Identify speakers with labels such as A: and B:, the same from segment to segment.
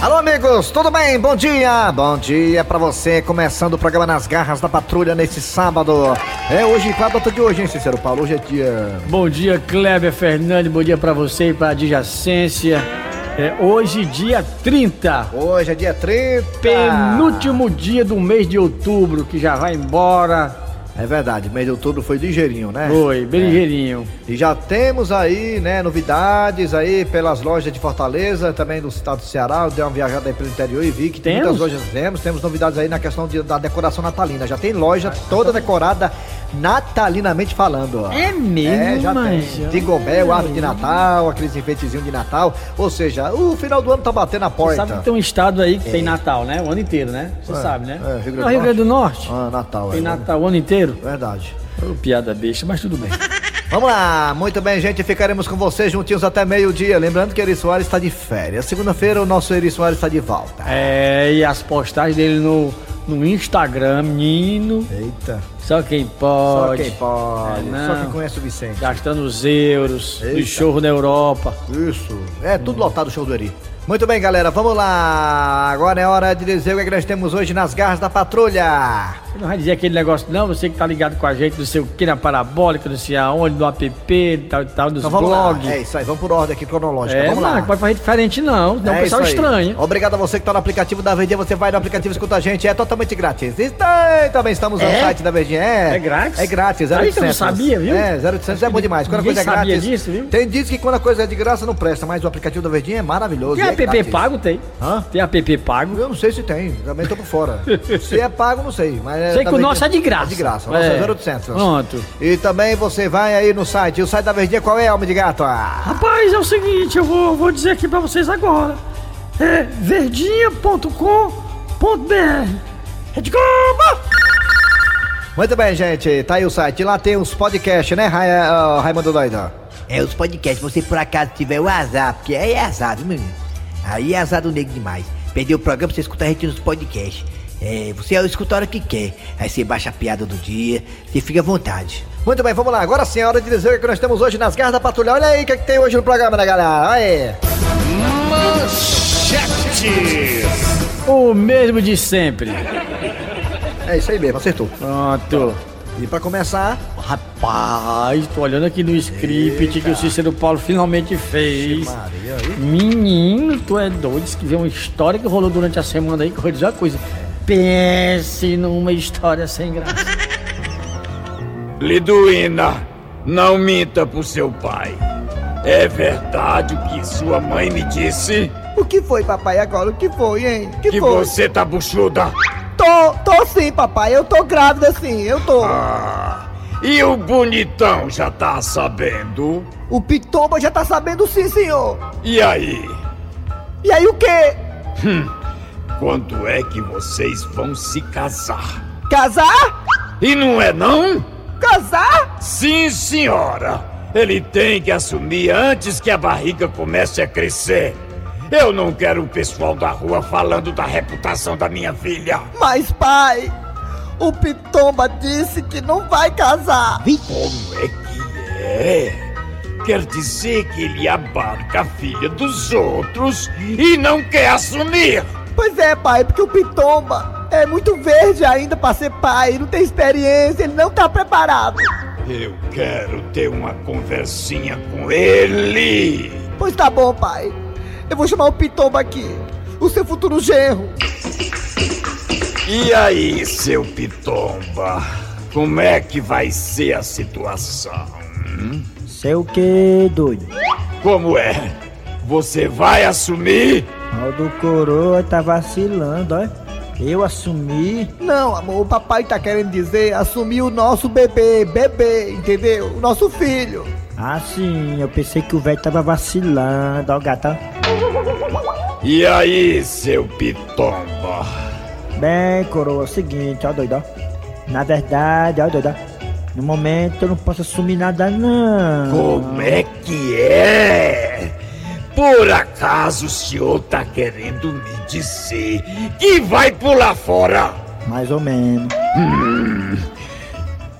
A: Alô, amigos, tudo bem? Bom dia! Bom dia pra você, começando o programa Nas Garras da Patrulha nesse sábado. É hoje, qual a data de hoje, hein, Cícero Paulo? Hoje é dia.
B: Bom dia, Kleber Fernandes. Bom dia pra você e pra adjacência. É hoje, dia 30.
A: Hoje é dia 30.
B: Penúltimo dia do mês de outubro, que já vai embora.
A: É verdade, mês de outubro foi ligeirinho, né?
B: Oi, bem ligeirinho.
A: E já temos aí, né, novidades aí pelas lojas de Fortaleza, também do estado do Ceará. Eu dei uma viajada aí pelo interior e vi que tem
B: Temos?
A: muitas lojas. Temos, temos novidades aí na questão de- da decoração natalina. Já tem loja toda decorada natalinamente falando. ó.
B: É mesmo,
A: É, já
B: mas
A: tem. Dingobel, árvore de Natal, aqueles enfeitezinhos de Natal. Ou seja, o final do ano tá batendo a
B: Você
A: porta.
B: sabe que tem um estado aí que tem Natal, né? O ano inteiro, né? Você
A: É,
B: sabe, né?
A: é, Rio Grande do
B: Não, Rio Grande do Norte.
A: Ah, Natal,
B: um Tem
A: é.
B: Natal o ano inteiro.
A: Verdade.
B: Ô, piada besta, mas tudo bem.
A: Vamos lá, muito bem, gente. Ficaremos com vocês juntinhos até meio-dia. Lembrando que Eri Soares está de férias. Segunda-feira, o nosso Eri Soares está de volta.
B: É, e as postagens dele no, no Instagram, menino.
A: Eita.
B: Só quem
A: Só
B: pode.
A: quem pode.
B: É, não.
A: Só quem conhece o Vicente.
B: Gastando os euros,
A: Eita.
B: os churros na Europa.
A: Isso. É
B: Hum.
A: tudo lotado o show do Eri. Muito bem, galera. Vamos lá. Agora é hora de dizer o que, é que nós temos hoje nas garras da patrulha.
B: Você não vai dizer aquele negócio, não, você que tá ligado com a gente, não sei o que, na parabólica, não sei aonde, no app, tal, tal, nos
A: Então vamos
B: blogs.
A: lá. É isso aí. Vamos por ordem aqui cronológica.
B: É,
A: vamos
B: mano,
A: lá. É
B: não pode fazer diferente não, não o
A: isso
B: pessoal
A: aí.
B: estranha.
A: Obrigado a você que está no aplicativo da Verdinha. Você vai no aplicativo e escuta a gente. É totalmente grátis. E tem- também estamos no
B: É?
A: site da Verdinha. É,
B: É grátis?
A: É grátis.
B: Aí
A: 0800.
B: que eu não sabia, viu?
A: É, 0800 é bom demais. Quando a
B: Ninguém
A: coisa é
B: sabia
A: grátis.
B: disso, viu?
A: Tem diz que quando a coisa é de graça não presta, mas o aplicativo da Verdinha é maravilhoso.
B: Tem
A: e é
B: app
A: grátis.
B: pago, tem.
A: Hã?
B: Tem app pago.
A: Eu não sei se tem, também tô por fora. se é pago, não sei. Mas é
B: Sei
A: da
B: que o nosso
A: Verdinha.
B: é de graça.
A: de graça. O nosso é,
B: É.
A: 0800.
B: Pronto.
A: E também você vai aí no site. O site da Verdinha qual é, homem de gato? Ah.
B: Rapaz, é o seguinte, eu vou, vou dizer aqui pra vocês agora. É verdinha.com.br É Redcomba!
A: Muito bem, gente. Tá aí o site. Lá tem os podcasts, né, Rai, ah, Raimundo Doido?
C: É os podcasts, você por acaso tiver o azar, porque aí é azar, viu, menino? Aí é azar do negro demais. Perdeu o programa, você escuta a gente nos podcasts. É, você escuta a hora que quer. Aí você baixa a piada do dia, você fica à vontade.
A: Muito bem, vamos lá. Agora sim é hora de dizer o que nós temos hoje nas garras da patrulha. Olha aí o que, é que tem hoje no programa, né, galera? Olha aí.
B: O mesmo de sempre.
A: É isso aí mesmo, acertou.
B: Pronto.
A: E pra começar,
B: Rapaz, tô olhando aqui no script que o Cícero Paulo finalmente fez.
A: Maria, aí.
B: Menino, tu é doido, Diz que vê uma história que rolou durante a semana aí, que eu vou dizer uma coisa. Pense numa história sem graça.
D: Liduína, não minta pro seu pai. É verdade o que sua mãe me disse?
E: O que foi, papai, agora? O que foi, hein? O que,
D: Que
E: foi?
D: você tá buchuda?
E: Tô, tô sim, papai. Eu tô grávida sim, eu tô.
D: Ah, e o bonitão já tá sabendo?
E: O Pitomba já tá sabendo sim, senhor.
D: E aí?
E: E aí o quê?
D: Quando é que vocês vão se casar?
E: Casar?
D: E não é não?
E: Casar?
D: Sim, senhora. Ele tem que assumir antes que a barriga comece a crescer. Eu não quero o pessoal da rua falando da reputação da minha filha.
E: Mas, pai, o Pitomba disse que não vai casar.
D: Como é que é? Quer dizer que ele abarca a filha dos outros e não quer assumir?
E: Pois é, pai, porque o Pitomba é muito verde ainda pra ser pai. Não tem experiência, ele não tá preparado.
D: Eu quero ter uma conversinha com ele.
E: Pois tá bom, pai. Eu vou chamar o Pitomba aqui. O seu futuro genro.
D: E aí, seu Pitomba? Como é que vai ser a situação? hum?
F: Sei o que, doido?
D: Como é? Você vai assumir?
F: O do coroa tá vacilando, ó. Eu assumi.
E: Não, amor, o papai tá querendo dizer assumir o nosso bebê, bebê, entendeu? O nosso filho.
F: Ah, sim, eu pensei que o velho tava vacilando, ó, gata.
D: E aí, seu Pitomba?
F: Bem, coroa, é o seguinte, ó, doido, ó. Na verdade, ó, doido, ó. No momento eu não posso assumir nada, não.
D: Como é que é? Por acaso o senhor tá querendo me dizer que vai pular fora?
F: Mais ou menos.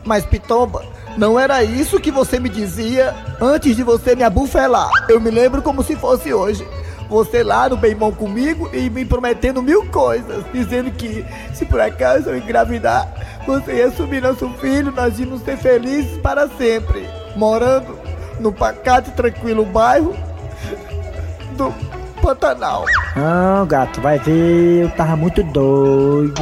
E: Mas, Pitomba, não era isso que você me dizia antes de você me abufelar. Eu me lembro como se fosse hoje. Você lá no bem bom comigo e me prometendo mil coisas, dizendo que se por acaso eu engravidar, você ia assumir nosso filho, nós íamos ser felizes para sempre, morando no pacato e tranquilo bairro do Pantanal.
F: Não, gato, vai ver, eu tava muito doido.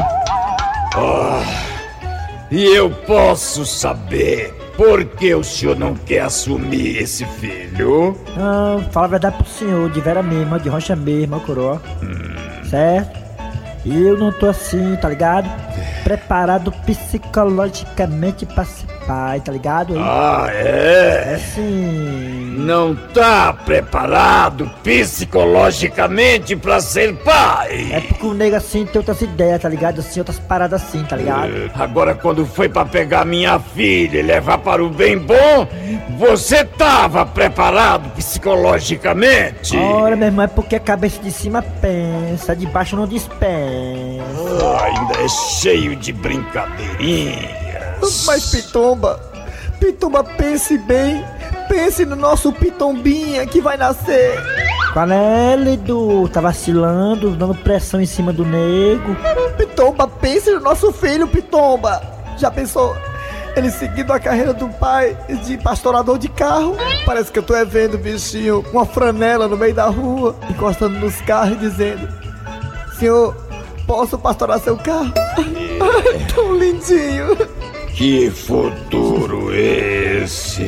D: E eu posso saber por que o senhor não quer assumir esse filho?
F: Não, fala a verdade pro senhor, de vera mesmo, de rocha mesmo, ó, coroa. Certo? E eu não tô assim, tá ligado? Preparado psicologicamente pra ser pai, tá ligado?
D: Ah, é?
F: É sim.
D: Não tá preparado psicologicamente pra ser pai?
F: É porque o nego assim tem outras ideias, tá ligado? Assim, outras paradas assim, tá ligado?
D: Agora, quando foi pra pegar minha filha e levar para o bem bom, você tava preparado psicologicamente?
F: Ora, meu irmão, é porque a cabeça de cima pensa, de baixo não dispensa.
D: Ah, ainda é cheio de brincadeirinhas.
E: Mas Pitomba, Pitomba pense bem, pense no nosso Pitombinha que vai nascer.
F: Qual é, Lidu? Tá vacilando, dando pressão em cima do nego.
E: Pitomba, pense no nosso filho, Pitomba. Já pensou? Ele seguindo a carreira do pai de pastorador de carro. Parece que eu tô é vendo, bichinho, uma franela no meio da rua, encostando nos carros e dizendo: Senhor, posso pastorar seu carro? Ai, tão lindinho.
D: Que futuro esse?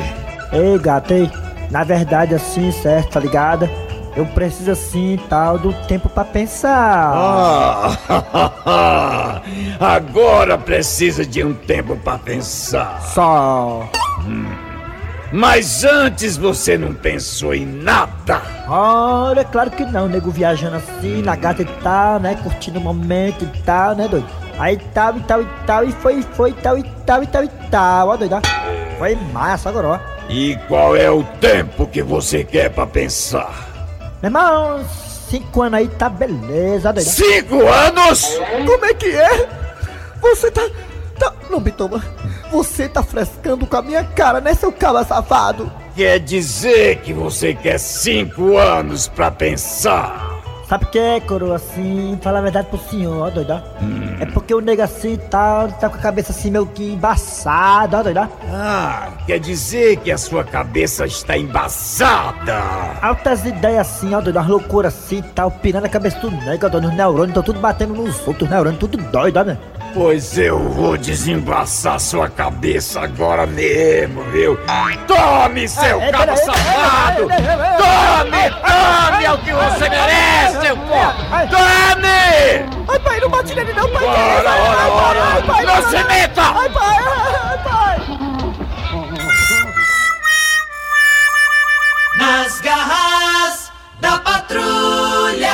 F: Ei, gato, ei. Na verdade, assim, certo, tá ligado? Eu preciso, assim, tal, do tempo pra pensar.
D: Ah, agora precisa de um tempo pra pensar.
F: Só.
D: Mas antes você não pensou em nada.
F: Ora, é claro que não, nego viajando assim, na gata e tal, né? Curtindo o momento e tal, né, doido? Aí tal e tal e tal, e foi, foi, e tal e tal e tal e tal, ó, doido, ó. Foi massa agora, ó.
D: E qual é o tempo que você quer pra pensar?
F: Meu irmão, cinco anos aí tá beleza, ó, doido. ó.
D: Cinco anos?
E: Como é que é? Você tá. tá... Não, Bitoma. Você tá frescando com a minha cara, né, seu cala safado?
D: Quer dizer que você quer cinco anos pra pensar?
F: Sabe o que é, coroa, assim, fala a verdade pro senhor, ó, doido, ó.
B: Hum.
F: É porque o nego assim tal, tá com a cabeça assim meio que embaçada, ó, doido, ó.
D: Ah, quer dizer que a sua cabeça está embaçada?
F: Altas ideias assim, ó, doido, umas loucuras assim e tal, pirando a cabeça do nego, ó, doido, os neurônios estão tudo batendo nos outros, os neurônios tudo doido, ó, né?
D: Pois eu vou desembaçar sua cabeça agora mesmo, viu? Tome, seu
F: é,
D: cabo
F: peraí,
D: safado!
F: é, é, é, é, é,
D: Tome, tome, é o que você merece, seu porra! Tome!
E: Ai, pai, não bate nele, não, pai.
D: Ora, ora, ora! Não se meta!
E: Ai, pai, ai, pai.
G: Nas garras da patrulha.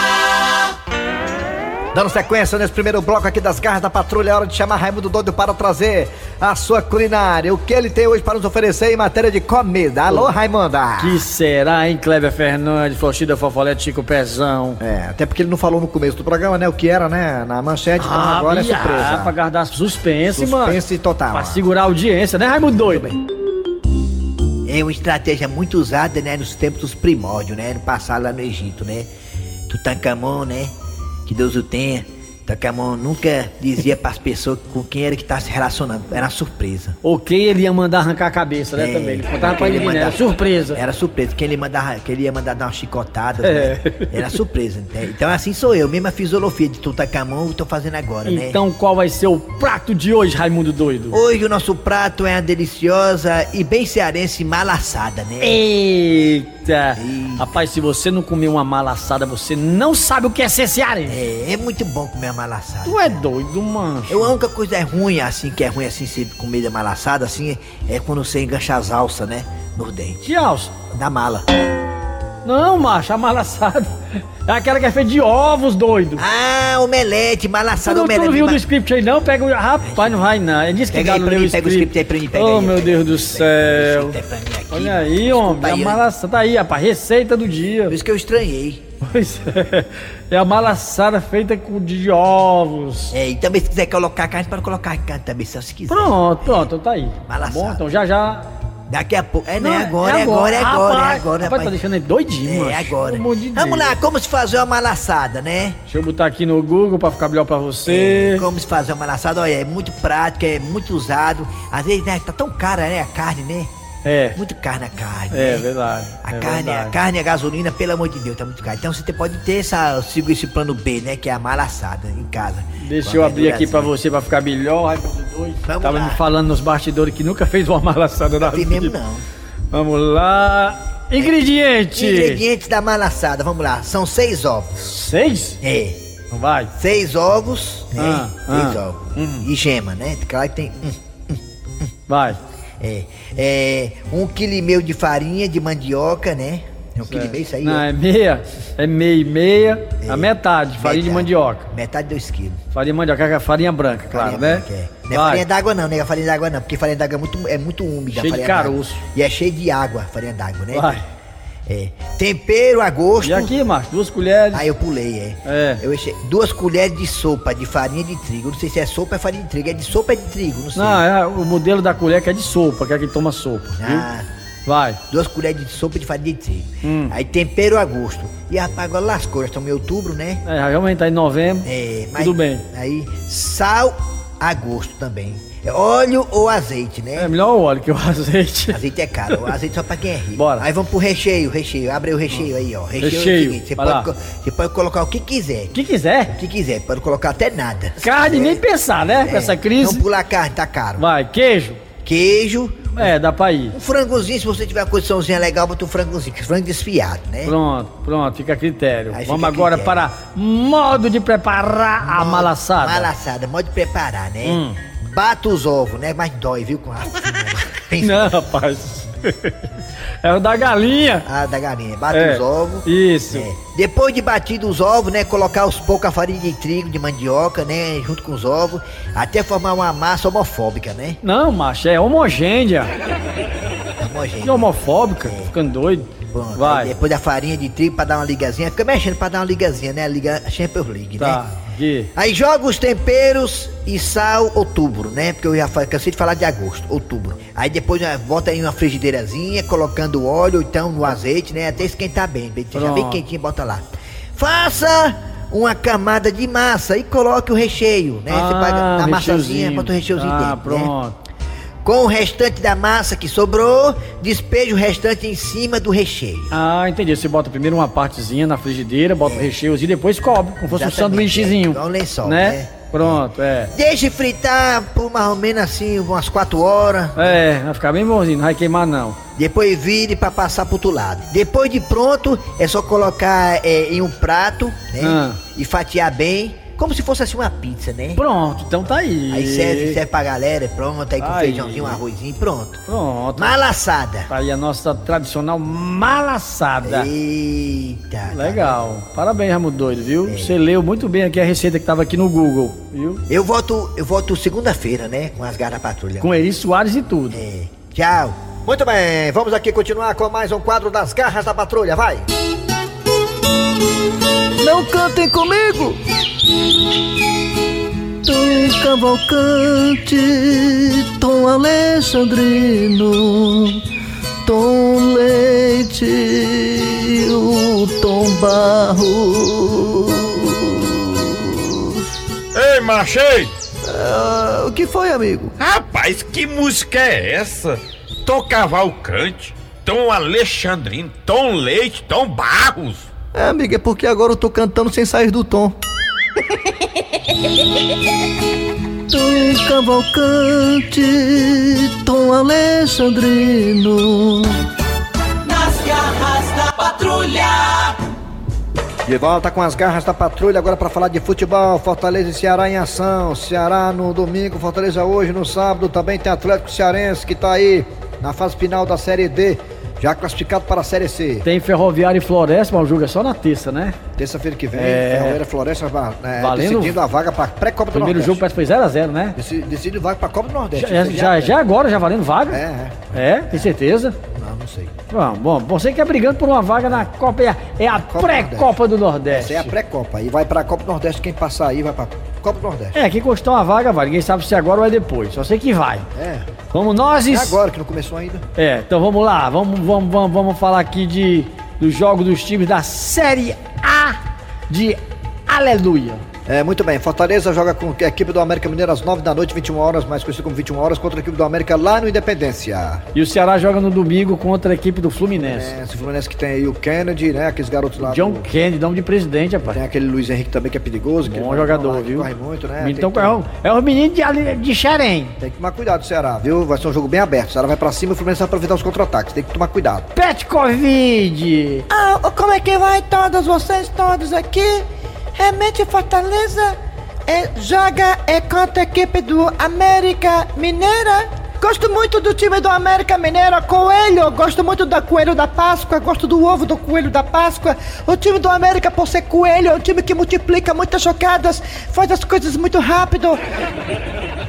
A: Dando sequência nesse primeiro bloco aqui das garras da patrulha, é hora de chamar Raimundo Doido para trazer a sua culinária. O que ele tem hoje para nos oferecer em matéria de comida? Alô, Raimunda!
B: Que será, hein, Kleber Fernandes, Flochida Fofolete, Chico Pezão?
A: É, até porque ele não falou no começo do programa, né? O que era, né? Na manchete, então agora é
B: Ah, pra
A: surpresa.
B: guardar suspense, mano.
A: Suspense total.
B: Pra segurar a audiência, né, Raimundo Doido?
C: É uma estratégia muito usada, né, nos tempos dos primórdios, né, no passado lá no Egito, né? Tutankhamon, né? Que Deus o tenha. Tutankhamon nunca dizia pras pessoas com quem era que tá se relacionando. Era uma surpresa.
B: Ou quem ele ia mandar arrancar a cabeça, né, também. Ele contava pra
C: quem
B: ele, né?
C: mandava-
B: Era surpresa.
C: Era surpresa. Quem ele mandava, que ele ia mandar dar uma chicotada,
B: É.
C: né? Era surpresa. né? Então assim sou eu, mesma fisiologia de tá Tutankhamon eu tô fazendo agora, né?
B: Então qual vai ser o prato de hoje, Raimundo Doido?
C: Hoje o nosso prato é a deliciosa e bem cearense malassada, né?
B: É. Eita! Rapaz, se você não comer uma malassada, você não sabe o que é ser cearense.
C: É, é muito bom comer a malassada.
B: Tu é doido, mano.
C: Eu, a única coisa é ruim, assim, que é ruim, assim, ser comida malassada, assim, é quando você engancha as alças, né? Nos dentes.
B: Que alça?
C: Da mala.
B: Não, macho, a malassada é aquela que é feita de ovos, doido.
C: Ah, omelete,
B: Tu
C: malassada,
B: não, tu
C: omelete.
B: não viu
C: ma-
B: do script aí, não? Pega o. Rapaz, não vai não. Ele disse que
C: Pega
B: dá
C: aí
B: no
C: pra
B: meu
C: mim, pega o script aí pra mim, pega
B: Oh,
C: aí.
B: meu Deus do céu.
C: Eita, pra mim aqui,
B: Olha
C: mano.
B: aí,
C: Desculpa
B: homem. A
C: aí,
B: malassada. Tá aí, rapaz. Receita do dia.
C: Por isso que eu estranhei.
B: Pois é. É a malassada feita com de ovos.
C: É, e também se quiser colocar carne, pode colocar carne também, se você quiser.
B: Pronto, pronto, tá aí.
C: Malassada.
B: Bom, então já já
C: Daqui a pouco. É, não,
B: Não,
C: é
B: é
C: agora, é agora, é
B: agora,
C: agora, é
B: rapaz.
C: agora,
B: Rapaz, tá deixando ele doidinho,
C: É,
B: macho.
C: agora.
B: Pelo amor de
C: Vamos
B: Deus.
C: lá, como se fazer uma malaçada, né? É,
B: Deixa eu botar aqui no Google pra ficar melhor pra você.
C: Como se fazer uma malaçada, olha, é muito prático, é muito usado. Às vezes, né, tá tão cara, né, a carne, né?
B: É,
C: Muito carne a carne.
B: é
C: né?
B: verdade.
C: A
B: é
C: carne,
B: verdade.
C: a carne, a gasolina, pelo amor de Deus, tá muito caro. Então você te- pode ter essa, sigo esse plano B, né? Que é a malaçada em casa.
B: Deixa
C: Com
B: eu
C: a
B: abrir aqui pra
C: verdurazinha.
B: você pra ficar melhor. Ai, meu Deus.
C: Vamos
B: Tava
C: lá.
B: me falando nos bastidores que nunca fez uma malaçada da
C: Não tem
B: vida.
C: mesmo não.
B: Vamos lá. Ingrediente.
C: Ingredientes da malaçada, vamos lá. São seis ovos.
B: Seis?
C: É.
B: Não vai.
C: Seis ovos, né?
B: Ah,
C: seis
B: ah.
C: ovos. E gema, né? Claro que tem um.
B: Vai.
C: É, é, um quilo e meio de farinha de mandioca, né? É um quilo e meio isso aí?
B: Não,
C: ó. É,
B: é meia. É meia e meia. A metade. Farinha de
C: Metade.
B: mandioca.
C: Metade de dois quilos.
B: Farinha de mandioca, é farinha branca, claro,
C: Farinha
B: né?
C: branca, é. Não é
B: Vai.
C: farinha d'água não, né? A farinha d'água não, porque farinha d'água é muito, é muito úmida. a
B: Cheio de
C: farinha d'água.
B: caroço.
C: E é cheio de água, a farinha d'água, né?
B: Vai.
C: É. Tempero a gosto.
B: E aqui, macho, duas colheres.
C: Aí eu pulei, é.
B: É.
C: Eu enchei duas colheres de sopa de farinha de trigo. Não sei se é sopa ou é farinha de trigo. É de sopa ou é de trigo, não sei.
B: Não, é o modelo da colher que é de sopa, que é que toma sopa. viu?
C: Ah,
B: Vai.
C: duas colheres de sopa de farinha de trigo.
B: Hum.
C: Aí tempero a gosto. E rapaz, agora lascou, já estamos em outubro, né?
B: É, realmente tá em novembro.
C: É,
B: Tudo bem.
C: Aí, sal a gosto também. É Óleo ou azeite, né?
B: É melhor o óleo que o azeite.
C: Azeite é caro, o azeite só pra quem é rico.
B: Bora.
C: Aí vamos pro recheio, recheio. Abre o recheio aí, ó. Recheio,
B: Recheio,
C: é o seguinte, você
B: vai lá.
C: pode, co- você pode colocar o que quiser.
B: O que quiser.
C: O que quiser, pode colocar até nada.
B: Carne, nem pensar, né? Com
C: É,
B: essa
C: Não
B: crise.
C: pular carne, tá caro.
B: Vai, queijo.
C: Queijo,
B: É, dá pra ir.
C: um frangozinho, se você tiver uma condiçãozinha legal, bota um frangozinho, que frango desfiado, né?
B: Pronto, pronto, fica a critério.
C: Aí fica
B: Vamos
C: a
B: agora
C: critério.
B: para modo de preparar a malassada.
C: Malassada, modo de preparar, né?
B: Hum.
C: Bata os ovos, né? Mas dói, viu? Com a... Pensa-
B: Não, rapaz. é o da galinha.
C: Ah, da galinha. Bate
B: É,
C: os ovos.
B: Isso.
C: É. Depois de batido os ovos, né? Colocar aos poucos a farinha de trigo, de mandioca, né? Junto com os ovos. Até formar uma massa homofóbica, né?
B: Não, macho, é homogênea.
C: Homogênea.
B: Que É homofóbica, ficando doido.
C: É. Pronto. Aí
B: Vai.
C: Depois da farinha de trigo pra dar uma ligazinha. Fica mexendo pra dar uma ligazinha, né? Liga Champions League,
B: Tá,
C: né?
B: aqui.
C: Aí joga os temperos e sal outubro, né? Porque eu já fa- cansei de falar de agosto, outubro. Aí depois né, bota em uma frigideirazinha, colocando óleo, então no azeite, né? Até esquentar bem, bem, deixa bem
B: Pronto.
C: quentinho, bota lá. Faça uma camada de massa e coloque o recheio, né? Você paga a massazinha,
B: recheiozinho.
C: bota o recheiozinho
B: ah,
C: dentro, né?
B: pronto.
C: Com o restante da massa que sobrou, despeja o restante em cima do recheio.
B: Ah, entendi. Você bota primeiro uma partezinha na frigideira, bota o recheiozinho e depois cobre, como fosse um
C: É. Exatamente,
B: sanduíchezinho.
C: é, igual um lençol, né?
B: Pronto, é.
C: Deixe fritar por mais ou menos assim, umas 4 horas.
B: É, vai ficar bem bonzinho, não vai queimar não.
C: Depois vire pra passar pro outro lado. Depois de pronto, é só colocar é, em um prato, né?
B: Ah.
C: E fatiar bem, como se fosse assim uma pizza, né?
B: Pronto, então tá aí.
C: Aí é serve, serve pra galera, pronto, aí com
B: Aí.
C: feijãozinho, um arrozinho, pronto.
B: Pronto.
C: Malassada.
B: Tá aí a nossa tradicional malassada.
C: Eita.
B: Legal. Parabéns, Ramo Doido,
C: É.
B: viu? Você leu muito bem aqui a receita que tava aqui no Google, viu?
C: Eu volto, eu volto segunda-feira, né? Com as garras da patrulha.
B: Com Eri Soares e tudo.
C: É. Tchau.
A: Muito bem, vamos aqui continuar com mais um quadro das garras da patrulha, vai!
E: Não cantem comigo! Tom Cavalcante, Tom Alexandrino, Tom Leite, o Tom Barros.
H: Ei, machei!
E: Ah, o que foi, amigo?
H: Rapaz, que música é essa? Tom Cavalcante, Tom Alexandrino, Tom Leite, Tom Barros.
E: É, amigo, é porque agora eu tô cantando sem sair do tom. Tom Cavalcante, Tom Alexandrino.
G: Nas garras da patrulha.
A: De volta com as garras da patrulha, agora para falar de futebol, Fortaleza e Ceará em ação. Ceará no domingo, Fortaleza hoje, no sábado também tem Atlético Cearense que tá aí na fase final da Série D, já classificado para a Série C.
B: Tem Ferroviário e Floresta, mas o jogo é só na terça, né?
A: Terça-feira que vem,
B: É.
A: Ferroeira Floresta é,
B: Valendo-
A: decidindo a vaga para pré-Copa do
B: Primeiro
A: Nordeste.
B: jogo parece que foi 0x0, né? é,
A: Decide, decide vaga para a Copa do Nordeste.
B: Já, já, já agora, já valendo vaga?
A: É, é.
B: É, tem certeza?
A: Não, não sei.
B: Bom, bom, você que é brigando por uma vaga na Copa, é a, é a
A: Copa do
B: pré-Copa do
A: Essa
B: Nordeste.
A: é a pré-copa. E vai pra Copa do Nordeste. Quem passar aí vai pra Copa do Nordeste.
B: É, quem custou uma vaga vai. Ninguém sabe se agora ou é depois. Só sei que vai.
A: É.
B: Vamos nós.
A: É agora que não começou ainda.
B: É, então vamos lá. Vamos, vamos, vamos, vamos falar aqui de do jogo dos times da Série A de Aleluia.
A: É, muito bem. Fortaleza joga com a equipe do América Mineiro às 9 da noite, 21 horas, mais conhecido como 21 horas, contra a equipe do América lá no Independência.
B: E o Ceará joga no domingo contra a equipe do Fluminense.
A: É, esse Fluminense que tem aí o Kennedy, né? Aqueles garotos lá.
B: John
A: do-
B: Kennedy, nome de presidente, rapaz.
A: Tem aquele Luiz Henrique também que é perigoso. que
B: Bom
A: ele-
B: jogador,
A: lá, que
B: viu?
A: Corre muito, né?
B: Então,
A: Tem-
B: é o, é o menino de, Ale- de Xerém.
A: Tem que tomar cuidado, Ceará, viu? Vai ser um jogo bem aberto. O Ceará vai pra cima e o Fluminense vai aproveitar os contra-ataques. Tem que tomar cuidado.
B: Pet Covid.
I: Ah, como é que vai todos vocês, todos aqui? Realmente Fortaleza é, joga é, contra a equipe do América Mineira. Gosto muito do time do América Mineira, Coelho. Gosto muito do Coelho da Páscoa. Gosto do ovo do Coelho da Páscoa. O time do América, por ser Coelho, é um time que multiplica muitas jogadas, faz as coisas muito rápido.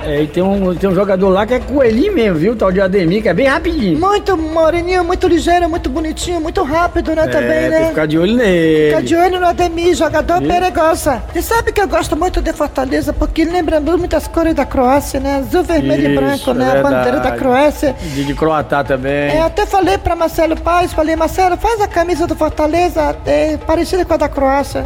B: É, e tem um, tem um jogador lá que é coelhinho mesmo, viu? Tal de Ademir, que é bem rapidinho.
I: Muito moreninho, muito ligeiro, muito bonitinho, muito rápido, né?
B: é,
I: também,
B: tem que
I: né?
B: ficar de olho nele.
I: Fica de olho no Ademir, jogador perigosa. E sabe que eu gosto muito de Fortaleza, porque lembra muitas cores da Croácia, né? Azul, vermelho e
B: Isso,
I: branco,
B: é
I: né? A bandeira da
B: verdade.
I: Croácia.
B: De, de Croatá também.
I: É, até falei pra Marcelo Paz, falei, Marcelo, faz a camisa do Fortaleza é, parecida com a da Croácia.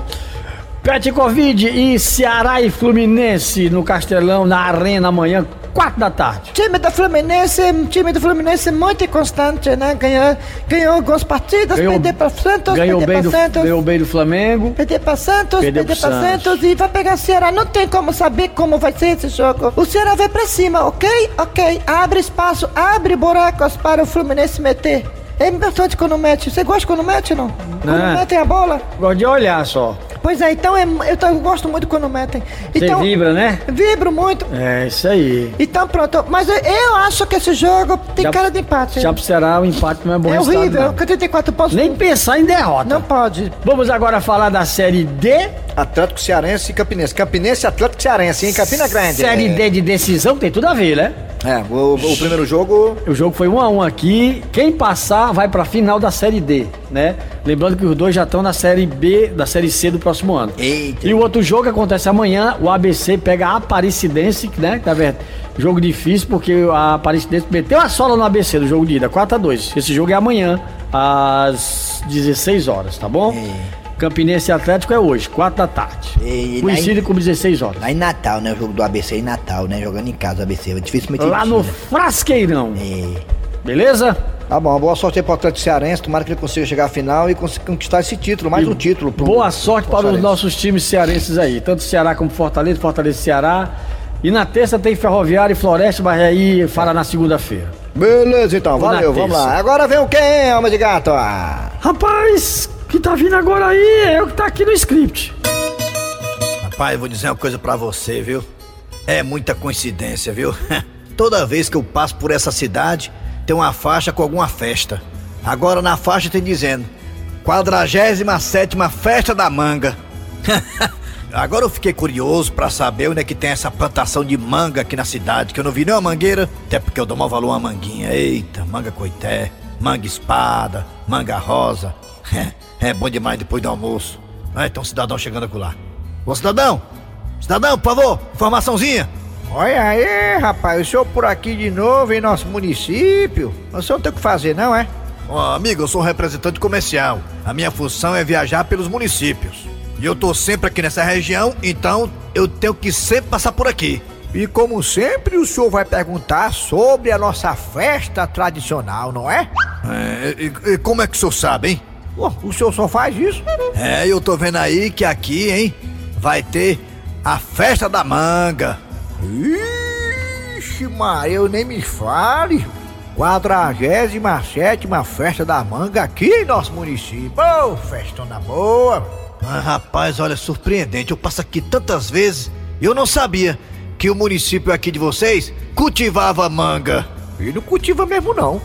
B: Pet Covid e Ceará e Fluminense no Castelão, na Arena, amanhã, 4 da tarde.
I: Time do Fluminense, time do Fluminense muito inconstante, né? Ganhou, ganhou algumas partidas,
B: Ganhou-
I: perdeu pra Santos,
B: Ganhou
I: perdeu pra
B: bem, do,
I: Santos.
B: ganhou bem do Flamengo.
I: Perder pra Santos,
B: Perdeu
I: perder
B: pro
I: pra
B: Santos.
I: Santos. e vai pegar o Ceará. Não tem como saber como vai ser esse jogo. O Ceará vai pra cima, ok? Ok. Abre espaço, abre buracos para o Fluminense meter. É importante quando mete. Você gosta quando mete, não? Quando metem a bola?
B: Gosto de olhar só.
I: Pois é, então é- eu, tô- eu gosto muito quando metem.
B: Você
I: Então,
B: vibra, né?
I: vibro muito.
B: É, isso aí.
I: Então pronto. Mas eu, eu acho que esse jogo tem
B: Já-
I: cara de empate.
B: Já pro Ceará o empate não é bom
I: é
B: resultado,
I: horrível.
B: não.
I: 44 pontos.
B: Nem pensar em derrota.
I: Não pode.
B: Vamos agora falar da Série D.
A: Atlético Cearense e Campinense. Campinense e Atlético Cearense, hein? Campina Grande.
B: Série
A: é.
B: D de decisão, tem tudo a ver, né?
A: É, o, o primeiro jogo.
B: O jogo foi 1 a 1 aqui. Quem passar vai pra final da Série D, né? Lembrando que os dois já estão na Série B, da Série C do próximo ano.
C: Eita.
B: E o outro jogo que acontece amanhã, o ABC pega a Aparecidense, que, né? Tá vendo? Jogo difícil porque a Aparecidense meteu a sola no ABC do jogo de ida, 4 a 2. Esse jogo é amanhã às 16 horas, tá bom? Campinense e Atlético é hoje, 4 da tarde.
C: E- e
B: Coincide com 16 horas.
C: Lá em Natal, né? O jogo do ABC em Natal, né? Jogando em casa o ABC. É dificilmente.
B: Lá no Frasqueirão.
C: É.
B: Beleza?
A: Tá bom, boa sorte aí pro Atlético Cearense. Tomara que ele consiga chegar à final e consiga conquistar esse título, mais um título. pro-
B: Boa sorte
A: pro
B: para os
A: Cearense.
B: nossos times cearenses aí, tanto Ceará como Fortaleza, Fortaleza e Ceará. E na terça tem Ferroviária e Floresta, mas aí fala na segunda-feira.
A: Beleza, então,
B: Vou na
A: valeu, vamos
B: terça.
A: lá. Agora vem o quem, alma de gato? Ah.
B: Rapaz, que tá vindo agora aí é o que tá aqui no script.
C: Rapaz, eu vou dizer uma coisa pra você, viu? É muita coincidência, viu? Toda vez que eu passo por essa cidade, tem uma faixa com alguma festa. Agora na faixa tem dizendo: 47 Festa da Manga. Agora eu fiquei curioso pra saber onde é que tem essa plantação de manga aqui na cidade, que eu não vi nenhuma mangueira, até porque eu dou maior valor a uma manguinha. Eita, manga coité, manga espada, manga rosa. É bom demais depois do almoço. Ah, então cidadão chegando acolá. Ô cidadão! Cidadão, por favor, informaçãozinha!
A: Olha aí, rapaz, o senhor por aqui de novo em nosso município. O senhor não tem o que fazer, não, é?
C: Ó, amigo, eu sou um representante comercial. A minha função é viajar pelos municípios. E eu tô sempre aqui nessa região, então eu tenho que sempre passar por aqui.
A: E como sempre, o senhor vai perguntar sobre a nossa festa tradicional, não é?
C: É, e, e como é que o senhor sabe, hein?
A: Pô, o senhor só faz isso?
C: É, eu tô vendo aí que aqui, hein, vai ter a festa da manga.
A: Ixi, Maria, eu nem me fale. 47 festa da manga aqui em nosso município. Ô, festona boa.
C: Ah, rapaz, olha, surpreendente. Eu passo aqui tantas vezes e eu não sabia que o município aqui de vocês cultivava manga.
A: E não cultiva mesmo, não.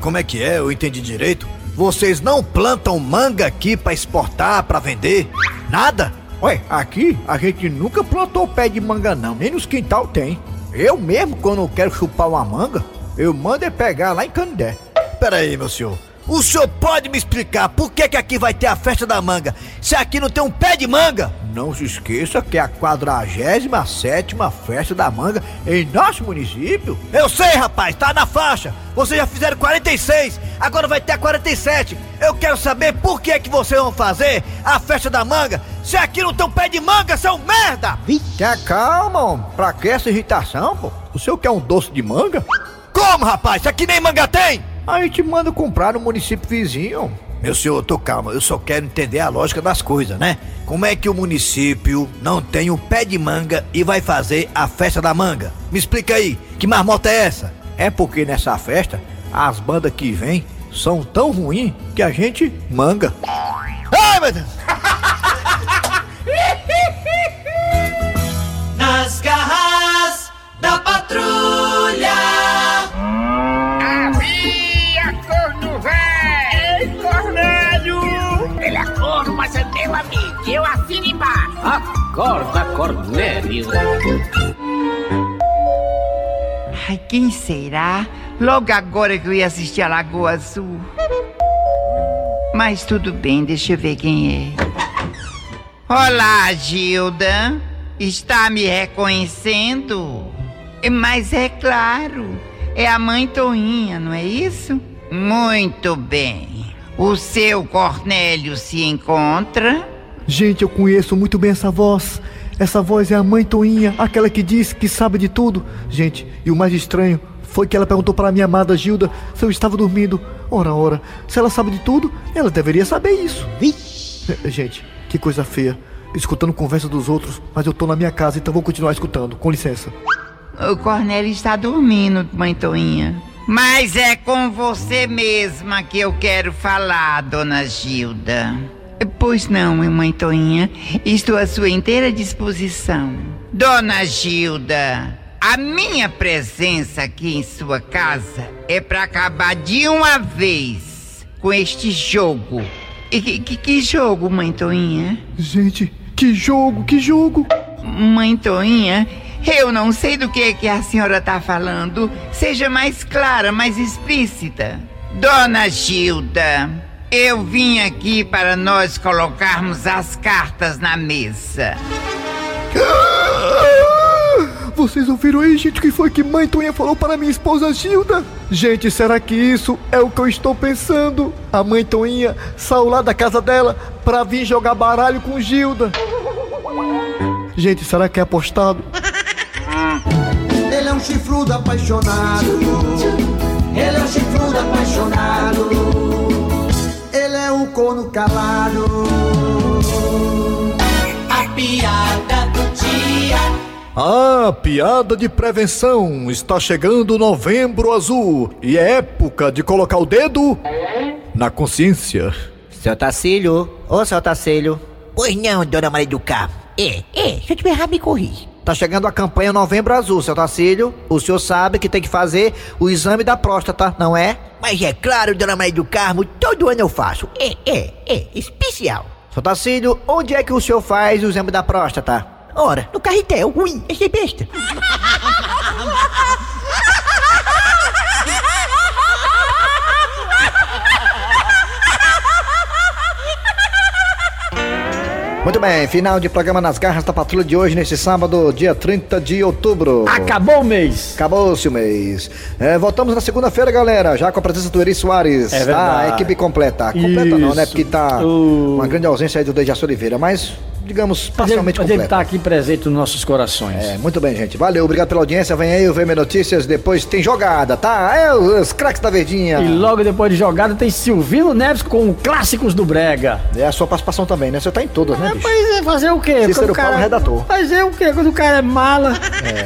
C: Como é que é? Eu entendi direito. Vocês não plantam manga aqui pra exportar, pra vender? Nada?
A: Ué, aqui a gente nunca plantou pé de manga não, nem nos quintal tem. Eu mesmo, quando eu quero chupar uma manga, eu mando é pegar lá em Candé.
C: peraí, meu senhor. O senhor pode me explicar por que, que aqui vai ter a festa da manga? Se aqui não tem um pé de manga? Não se esqueça que é a 47 festa da manga em nosso município. Eu sei, rapaz, tá na faixa. Vocês já fizeram 46, agora vai ter a 47. Eu quero saber por que, que vocês vão fazer a festa da manga se aqui não tem um pé de manga, seu merda!
A: Tá, calma, homem. Pra que essa irritação, pô? O senhor quer um doce de manga?
C: Como, rapaz? Isso aqui nem manga tem!
A: A gente manda comprar no município vizinho.
C: Meu senhor, eu tô calma, eu só quero entender a lógica das coisas, né? Como é que o município não tem um pé de manga e vai fazer a festa da manga? Me explica aí, que marmota é essa?
A: É porque nessa festa, as bandas que vêm são tão ruins que a gente manga.
C: Ai, meu Deus!
J: Nas garras da patrulha.
G: Havia corno velho! Ei, Cornélio! Ele é corno, mas é meu amigo, eu assino embaixo.
K: Acorda, Cornélio.
L: Ai, quem será? Logo agora que eu ia assistir a Lagoa Azul. Mas tudo bem, deixa eu ver quem é. Olá, Gilda. Está me reconhecendo? Mas é claro, é a mãe Toinha, não é isso? Muito bem. O seu Cornélio se encontra?
M: Gente, eu conheço muito bem essa voz. Essa voz é a mãe Toinha, aquela que diz que sabe de tudo. Gente, e o mais estranho foi que ela perguntou para minha amada Gilda se eu estava dormindo. Ora, ora, se ela sabe de tudo, ela deveria saber isso. Eh, Gente, que coisa feia. Escutando conversa dos outros, mas eu tô na minha casa, então vou continuar escutando. Com licença.
L: O Cornélio está dormindo, mãe Toinha. Mas é com você mesma que eu quero falar, dona Gilda. Pois não, mãe Toinha. Estou à sua inteira disposição. Dona Gilda, a minha presença aqui em sua casa é para acabar de uma vez com este jogo. E que, que- que jogo, mãe Toinha?
M: Gente, que jogo, que jogo!
L: Mãe Toinha, eu não sei do que, que a senhora tá falando. Seja mais clara, mais explícita. Dona Gilda, eu vim aqui para nós colocarmos as cartas na mesa.
M: Vocês ouviram aí, gente, o que foi que mãe Toinha falou para minha esposa Gilda? Gente, será que isso é o que eu estou pensando? A mãe Toinha saiu lá da casa dela pra vir jogar baralho com Gilda. Gente, será que é apostado?
E: Ele é um chifrudo apaixonado. Ele é um chifrudo apaixonado. Ele é um corno calado.
J: A piada do dia.
A: Ah, piada de prevenção. Está chegando novembro azul e é época de colocar o dedo na consciência.
N: Seu Tacílio, ô seu Tacílio.
C: Pois não, dona Maria do Carmo. É, é, se eu tiver errado, me corri.
N: Tá chegando a campanha Novembro Azul, seu Tacílio. O senhor sabe que tem que fazer o exame da próstata, não é?
C: Mas é claro, dona Maria do Carmo, todo ano eu faço. É, é, é, especial.
N: Seu Tacílio, onde é que o senhor faz o exame da próstata?
C: Ora, no carretel, ruim, esse é besta.
A: Muito bem, final de programa nas garras da patrulha de hoje, nesse sábado, dia 30 de outubro.
B: Acabou o mês.
A: Acabou-se o mês. É, voltamos na segunda-feira, galera, já com a presença do Eri Soares. Tá,
B: É
A: a
B: verdade.
A: equipe completa. Completa não, né?
B: Isso.
A: Porque tá uma grande ausência aí do Dejaci Oliveira, mas, digamos,
B: Mas ele-
A: parcialmente
B: mas ele
A: completa.
B: tá aqui presente nos nossos corações.
A: É, muito bem, gente. Valeu, obrigado pela audiência. Vem aí o VM Notícias, depois tem jogada, tá? É os craques da Verdinha.
B: E logo depois de jogada tem Silvino Neves com clássicos do Brega.
A: É a sua participação também, né? Você tá em todas, né, bicho?
B: Mas é fazer o quê?
A: Cícero
B: Quando o
A: Paulo, redator.
B: Fazer o quê? Quando o cara é mala.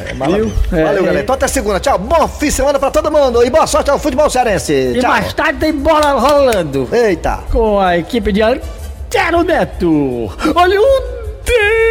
A: É, mala
B: Viu?
A: mesmo. Valeu,
B: É,
A: galera.
B: é.
A: Então até segunda. Tchau. Bom fim de semana pra todo mundo. E boa sorte ao futebol cearense.
B: E
A: Tchau.
B: mais tarde tem bola rolando.
A: Eita.
B: Com a equipe de Antero Neto. Olha o dedo!